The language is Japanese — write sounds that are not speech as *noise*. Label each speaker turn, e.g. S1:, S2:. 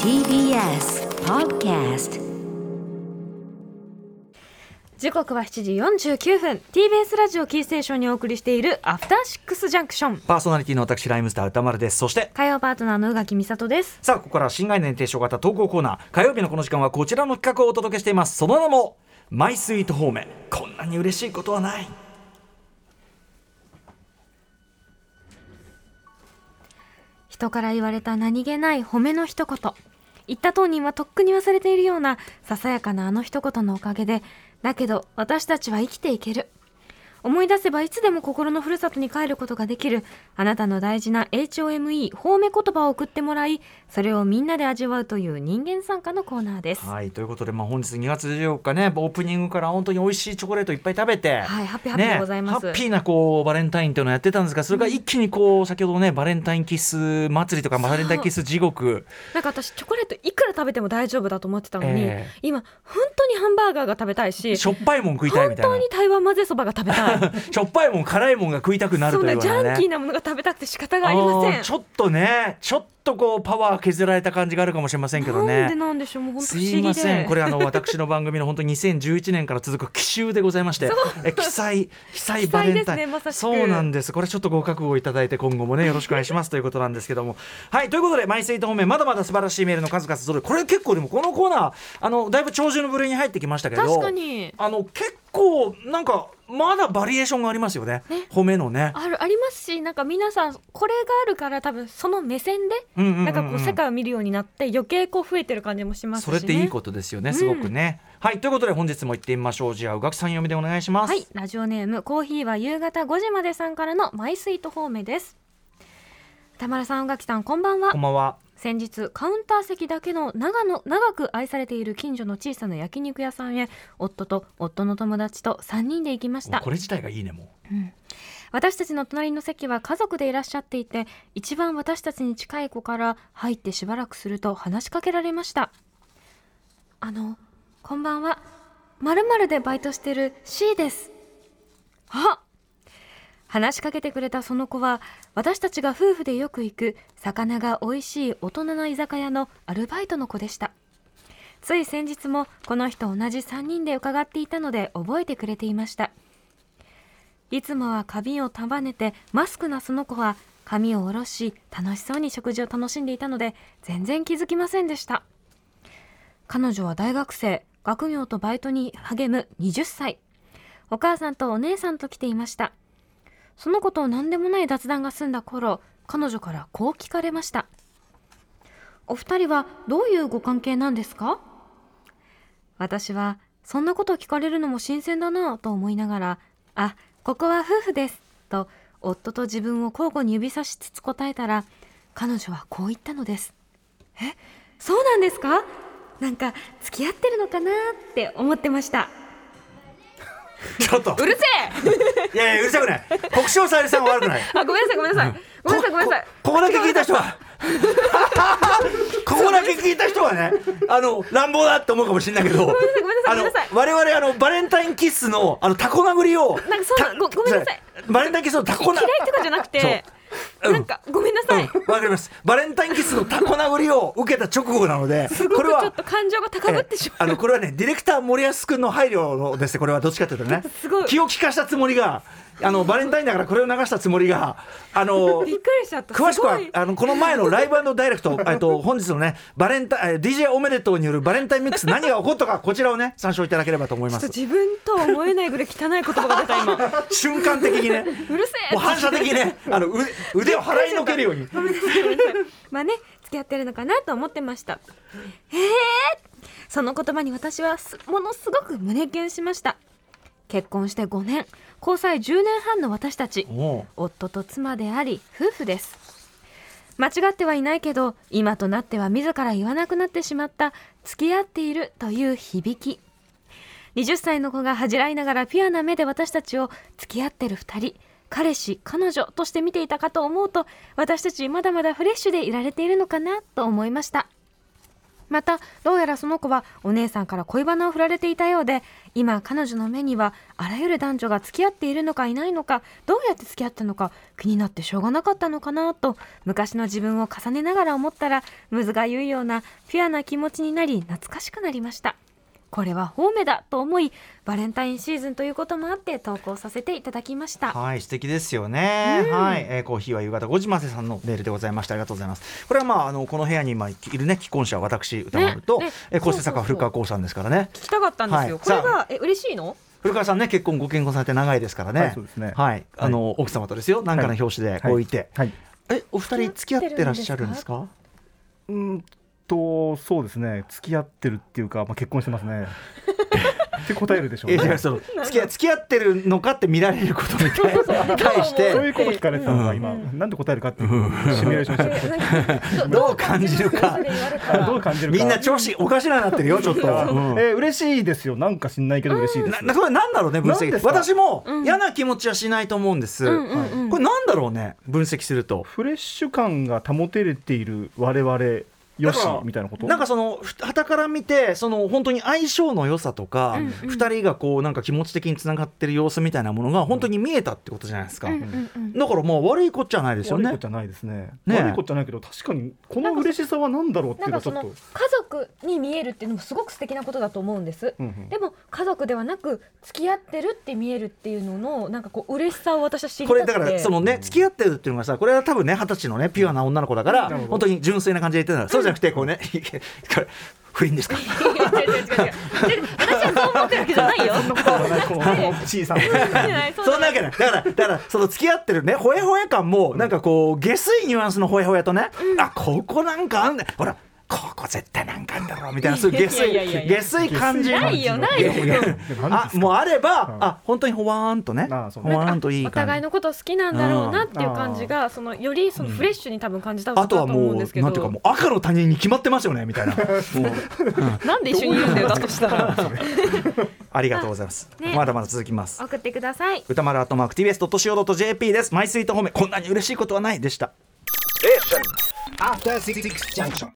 S1: TBS Podcast
S2: 時刻は7時49分 TBS ラジオキーステーションにお送りしている「アフターシックスジャンクション
S3: パーソナリティの私ライムスター歌丸ですそして」
S2: 火曜パートナーの宇垣美里です
S3: さあここからは新概念提唱型投稿コーナー火曜日のこの時間はこちらの企画をお届けしていますその名もマイスイート方面こんなに嬉しいことはない
S2: 人から言われた何気ない褒めの一言言った当人はとっくに忘れているようなささやかなあの一言のおかげでだけど私たちは生きていける思い出せばいつでも心のふるさとに帰ることができるあなたの大事な HOME 褒め言葉を送ってもらいそれをみんなで味わうという人間参加のコーナーですは
S3: はいということで、まあ、本日2月14日ねオープニングから本当に美味しいチョコレートいっぱい食べて、
S2: い、ハッピーハッピーでございます、
S3: ね、ハッピーなこうバレンタインというのをやってたんですがそれが一気にこう先ほどねバレンタインキス祭りとかバレンタインキス地獄
S2: なんか私チョコレートいくら食べても大丈夫だと思ってたのに、
S3: ええ
S2: 今本当にハンバーガーが食べたいし
S3: しょっぱいもん食いたい
S2: 本
S3: みたいな
S2: 当に台湾混ぜそばが食べたい
S3: *laughs* しょっぱいもん辛いもんが食いたくなる
S2: そ
S3: と
S2: う
S3: いう
S2: な
S3: よ
S2: ジ
S3: うな
S2: ャンキー
S3: ね
S2: なものが食べたくて仕方がありませ
S3: あー
S2: ん
S3: ちょっとねちょっとこうパワー削られた感じがあるかもしれませんけどね
S2: なんでなんでしょうもう本当不
S3: す
S2: 思議
S3: い
S2: で
S3: ません、これあの私の番組の本当に2011年から続く奇襲でございまして、え
S2: *laughs*
S3: 記載記載バレンタ
S2: 記載で
S3: イ
S2: す
S3: ン、
S2: ねまさしく
S3: そうなんです。これちょっとご覚悟いただいて今後もねよろしくお願いしますということなんですけ
S2: *laughs*
S3: ども、はいということでマイスイート方面まだまだ素晴らしいメールの数々揃い、これ結構でもこのコーナーあのだいぶ長寿の部類に入ってきましたけど、
S2: 確かに
S3: あの結構なんかまだバリエーションがありますよね。褒めのね。
S2: あるありますしなんか皆さんこれがあるから多分その目線で
S3: うんうんうんうん
S2: なんかこう世界を見るようになって余計こう増えてる感じもしますし、
S3: そ
S2: ね、
S3: れっていいことですよね、すごくね。はいということで本日も行ってみましょう。じゃあ宇垣さん読みでお願いします。
S2: はい、ラジオネームコーヒーは夕方5時までさんからのマイスイート方面です田村さん、宇垣さん、こんばんは
S3: こんばんは。
S2: 先日カウンター席だけの長野長く愛されている近所の小さな焼肉屋さんへ夫と夫の友達と3人で行きました
S3: これ自体がいいねもう。
S2: 私たちの隣の席は家族でいらっしゃっていて一番私たちに近い子から入ってしばらくすると話しかけられましたあのこんばんはまるまるでバイトしてる C ですあ話しかけてくれたその子は私たちが夫婦でよく行く魚が美味しい大人な居酒屋のアルバイトの子でしたつい先日もこの人同じ3人で伺っていたので覚えてくれていましたいつもは髪を束ねてマスクなその子は髪を下ろし楽しそうに食事を楽しんでいたので全然気づきませんでした彼女は大学生学業とバイトに励む20歳お母さんとお姉さんと来ていましたその子と何でもない雑談が済んだ頃彼女からこう聞かれましたお二人はどういうご関係なんですか私はそんなこと聞かれるのも新鮮だなぁと思いながら「あここは夫婦です」と夫と自分を交互に指さしつつ答えたら彼女はこう言ったのです「えそうなんですかなんか付き合ってるのかなって思ってました
S3: ちょっ
S2: *laughs*
S3: と
S2: うるせえ
S3: いやいやうるさくない国生さゆりさんは悪くない
S2: あごめんなさいごめんなさいごめんなさいごめんなさい
S3: こここだけ聞いた人は *laughs* ここだけ聞いた人はねあの乱暴だって思うかもしれないけど
S2: ご
S3: あ
S2: めん
S3: の
S2: なさい
S3: 我々あのバレンタインキッスのあのタコ殴りを
S2: なんかそう
S3: た
S2: ごごめんなさい
S3: バレンタインキッスのタコ
S2: 嫌
S3: ない
S2: とかじゃなくて
S3: そううん
S2: なんかごめんなさい、
S3: うんわかりますバレンタインキッスのタコ殴りを受けた直後なのです
S2: ごくちょっと感情が高ぶってしまう
S3: ええあのこれはねディレクター森保君の配慮のですねこれはどっちかというとね
S2: すごい
S3: 気を利かしたつもりがあのバレンタインだからこれを流したつもりがあの
S2: びっくりしちゃった
S3: 詳しくは
S2: すごい
S3: あのこの前のライブダイレクト *laughs* えっと本日のねバレンタイン DJ おめでとうによるバレンタインミックス何が起こったかこちらをね *laughs* 参照いただければと思い
S2: ちょ
S3: ま
S2: っと
S3: す
S2: 自分とは思えないぐらい汚い言葉が出た
S3: *laughs*
S2: 今
S3: 瞬間的にね
S2: *laughs* うるせえ
S3: もう反射的にねあの腕腕を払いのけるよ
S2: *laughs*
S3: うに
S2: ごめんなさいごめんなさいまあね付き合ってるのかなと思ってましたえー、その言葉に私はすものすごく胸キュンしました結婚して5年交際10年半の私たち
S3: おう
S2: 夫と妻であり夫婦です間違ってはいないけど今となっては自ら言わなくなってしまった付き合っているという響き20歳の子が恥じらいながらピュアな目で私たちを付き合ってる2人彼氏彼女として見ていたかと思うと私たちまだまだフレッシュでいられているのかなと思いましたまたどうやらその子はお姉さんから恋バナを振られていたようで今彼女の目にはあらゆる男女が付き合っているのかいないのかどうやって付き合ったのか気になってしょうがなかったのかなと昔の自分を重ねながら思ったらムズが言うようなピュアな気持ちになり懐かしくなりましたこれは方面だと思いバレンタインシーズンということもあって投稿させていただきました
S3: はい、素敵ですよね。はい、えーコーヒーは夕方5時までさんのメールでございました。ありがとうございます。これはまあ、あの、この部屋に今いるね、既婚者は私、歌丸と、
S2: ねね
S3: えー、構成
S2: そうそうそう
S3: 作家古川光さんですからね。
S2: 聞きたかったんですよ、
S3: はい
S2: これ
S3: さ
S2: がえ嬉しいの
S3: 古川さんね、結婚ご結婚されて長いですからね。
S4: はいそうですね
S3: はい、あの、奥様とですよ、なんかの表紙で、こういて。
S4: はい、
S3: え、お二人付き合ってらっしゃるんですか。
S4: うーんとそうですね付き合ってるっていうか、まあ、結婚してますねって答えるでしょう
S3: え
S4: ね
S3: ー、違う、
S4: そ
S3: その、付き合、付き合ってるのかって見られることに対対し
S4: うい
S3: て。
S4: うこと聞かれてたのが今、なんで答えるかっていうシミュレーションしちゃっ
S3: *laughs*
S4: て
S3: どう感じ
S2: *laughs*
S3: るか。
S4: あどう感じるか
S3: みんな調子おかしななってるよ、ちょっと。うん
S4: えー嬉しいですよなんか知んないけど嬉しいで
S3: な
S4: す
S3: なこれなんだろうね分
S4: なん
S3: 析
S4: ですか
S3: 私も
S2: うん
S3: 嫌な気持ちはしないと思うんです、
S2: うんうんうん
S3: これなんだろうね分析すると
S4: フレッシュ感が保てれている我々よしみたいなこと
S3: なんかそのはたから見てその本当に相性の良さとか、
S2: うんうん
S3: 2人がこうなんか気持ち的につながってる様子みたいなものが本当に見えたってことじゃないですか、
S2: うんうんうん
S3: だからまあ悪いことじゃないですよ
S4: 悪いこ
S3: ね
S4: とじゃないですね
S3: ね
S4: 悪いことじゃないけど確かにこの嬉しさは何だろうってい
S5: なか
S4: うんのはち
S5: そ
S4: ょっ
S5: の
S4: と
S5: 家族に見えるっていうのもすごく素敵なことだと思うんです。
S4: うんうん
S5: でも家族ではなく付き合ってるって見えるっていうののなんかこう嬉しさを私は知り
S3: こ
S5: たく
S3: れ
S5: て
S3: だからそのね付き合ってるっていうのがさこれは多分ね二十歳のねピュアな女の子だから
S4: なるほど
S3: 本当に純粋な感じで言ってたらそうじゃなくてこうね *laughs* これ不倫ですか
S5: いや違う違う違う違う私はそう思ってるわけじゃないよ。
S4: この小さな
S5: *laughs* そう
S3: そんなわけない。だから、だから、その付き合ってるね、ほやほや感も、なんかこう、下水ニュアンスのほやほやとね、あ、ここなんかあんねほら、ここ絶対なんかあんだろう、みたいな、そういう下水、
S5: いやいやいやい
S3: 下水感じ。
S5: ないよないよ
S4: いやいや
S3: あ、もうあれば、
S4: うん
S3: あ、本当にほわーんとね、
S4: あそう
S3: ほわーんといい
S2: お互い
S3: 感じ。
S2: のこと好きなんだろうなっていう感じがそのよりそのフレッシュに多分感じた
S3: あ
S2: こと
S3: と
S2: だ
S3: は
S2: と思
S3: も
S2: う
S3: う、
S2: ん
S3: な
S2: で
S3: ん
S2: す
S3: て
S2: けど
S3: いうか、もう赤の他人に決まってますよね、みたいな。もう
S2: なんで一緒に言うんだよだとしたら
S3: ありがとうございます。
S2: ね
S3: まだまだ続きます。
S2: 送ってください
S3: 歌丸アットマーク TBS ドット CO ドット JP です。マイスイート褒め、こんなに嬉しいことはないでした。
S6: After Six Junction.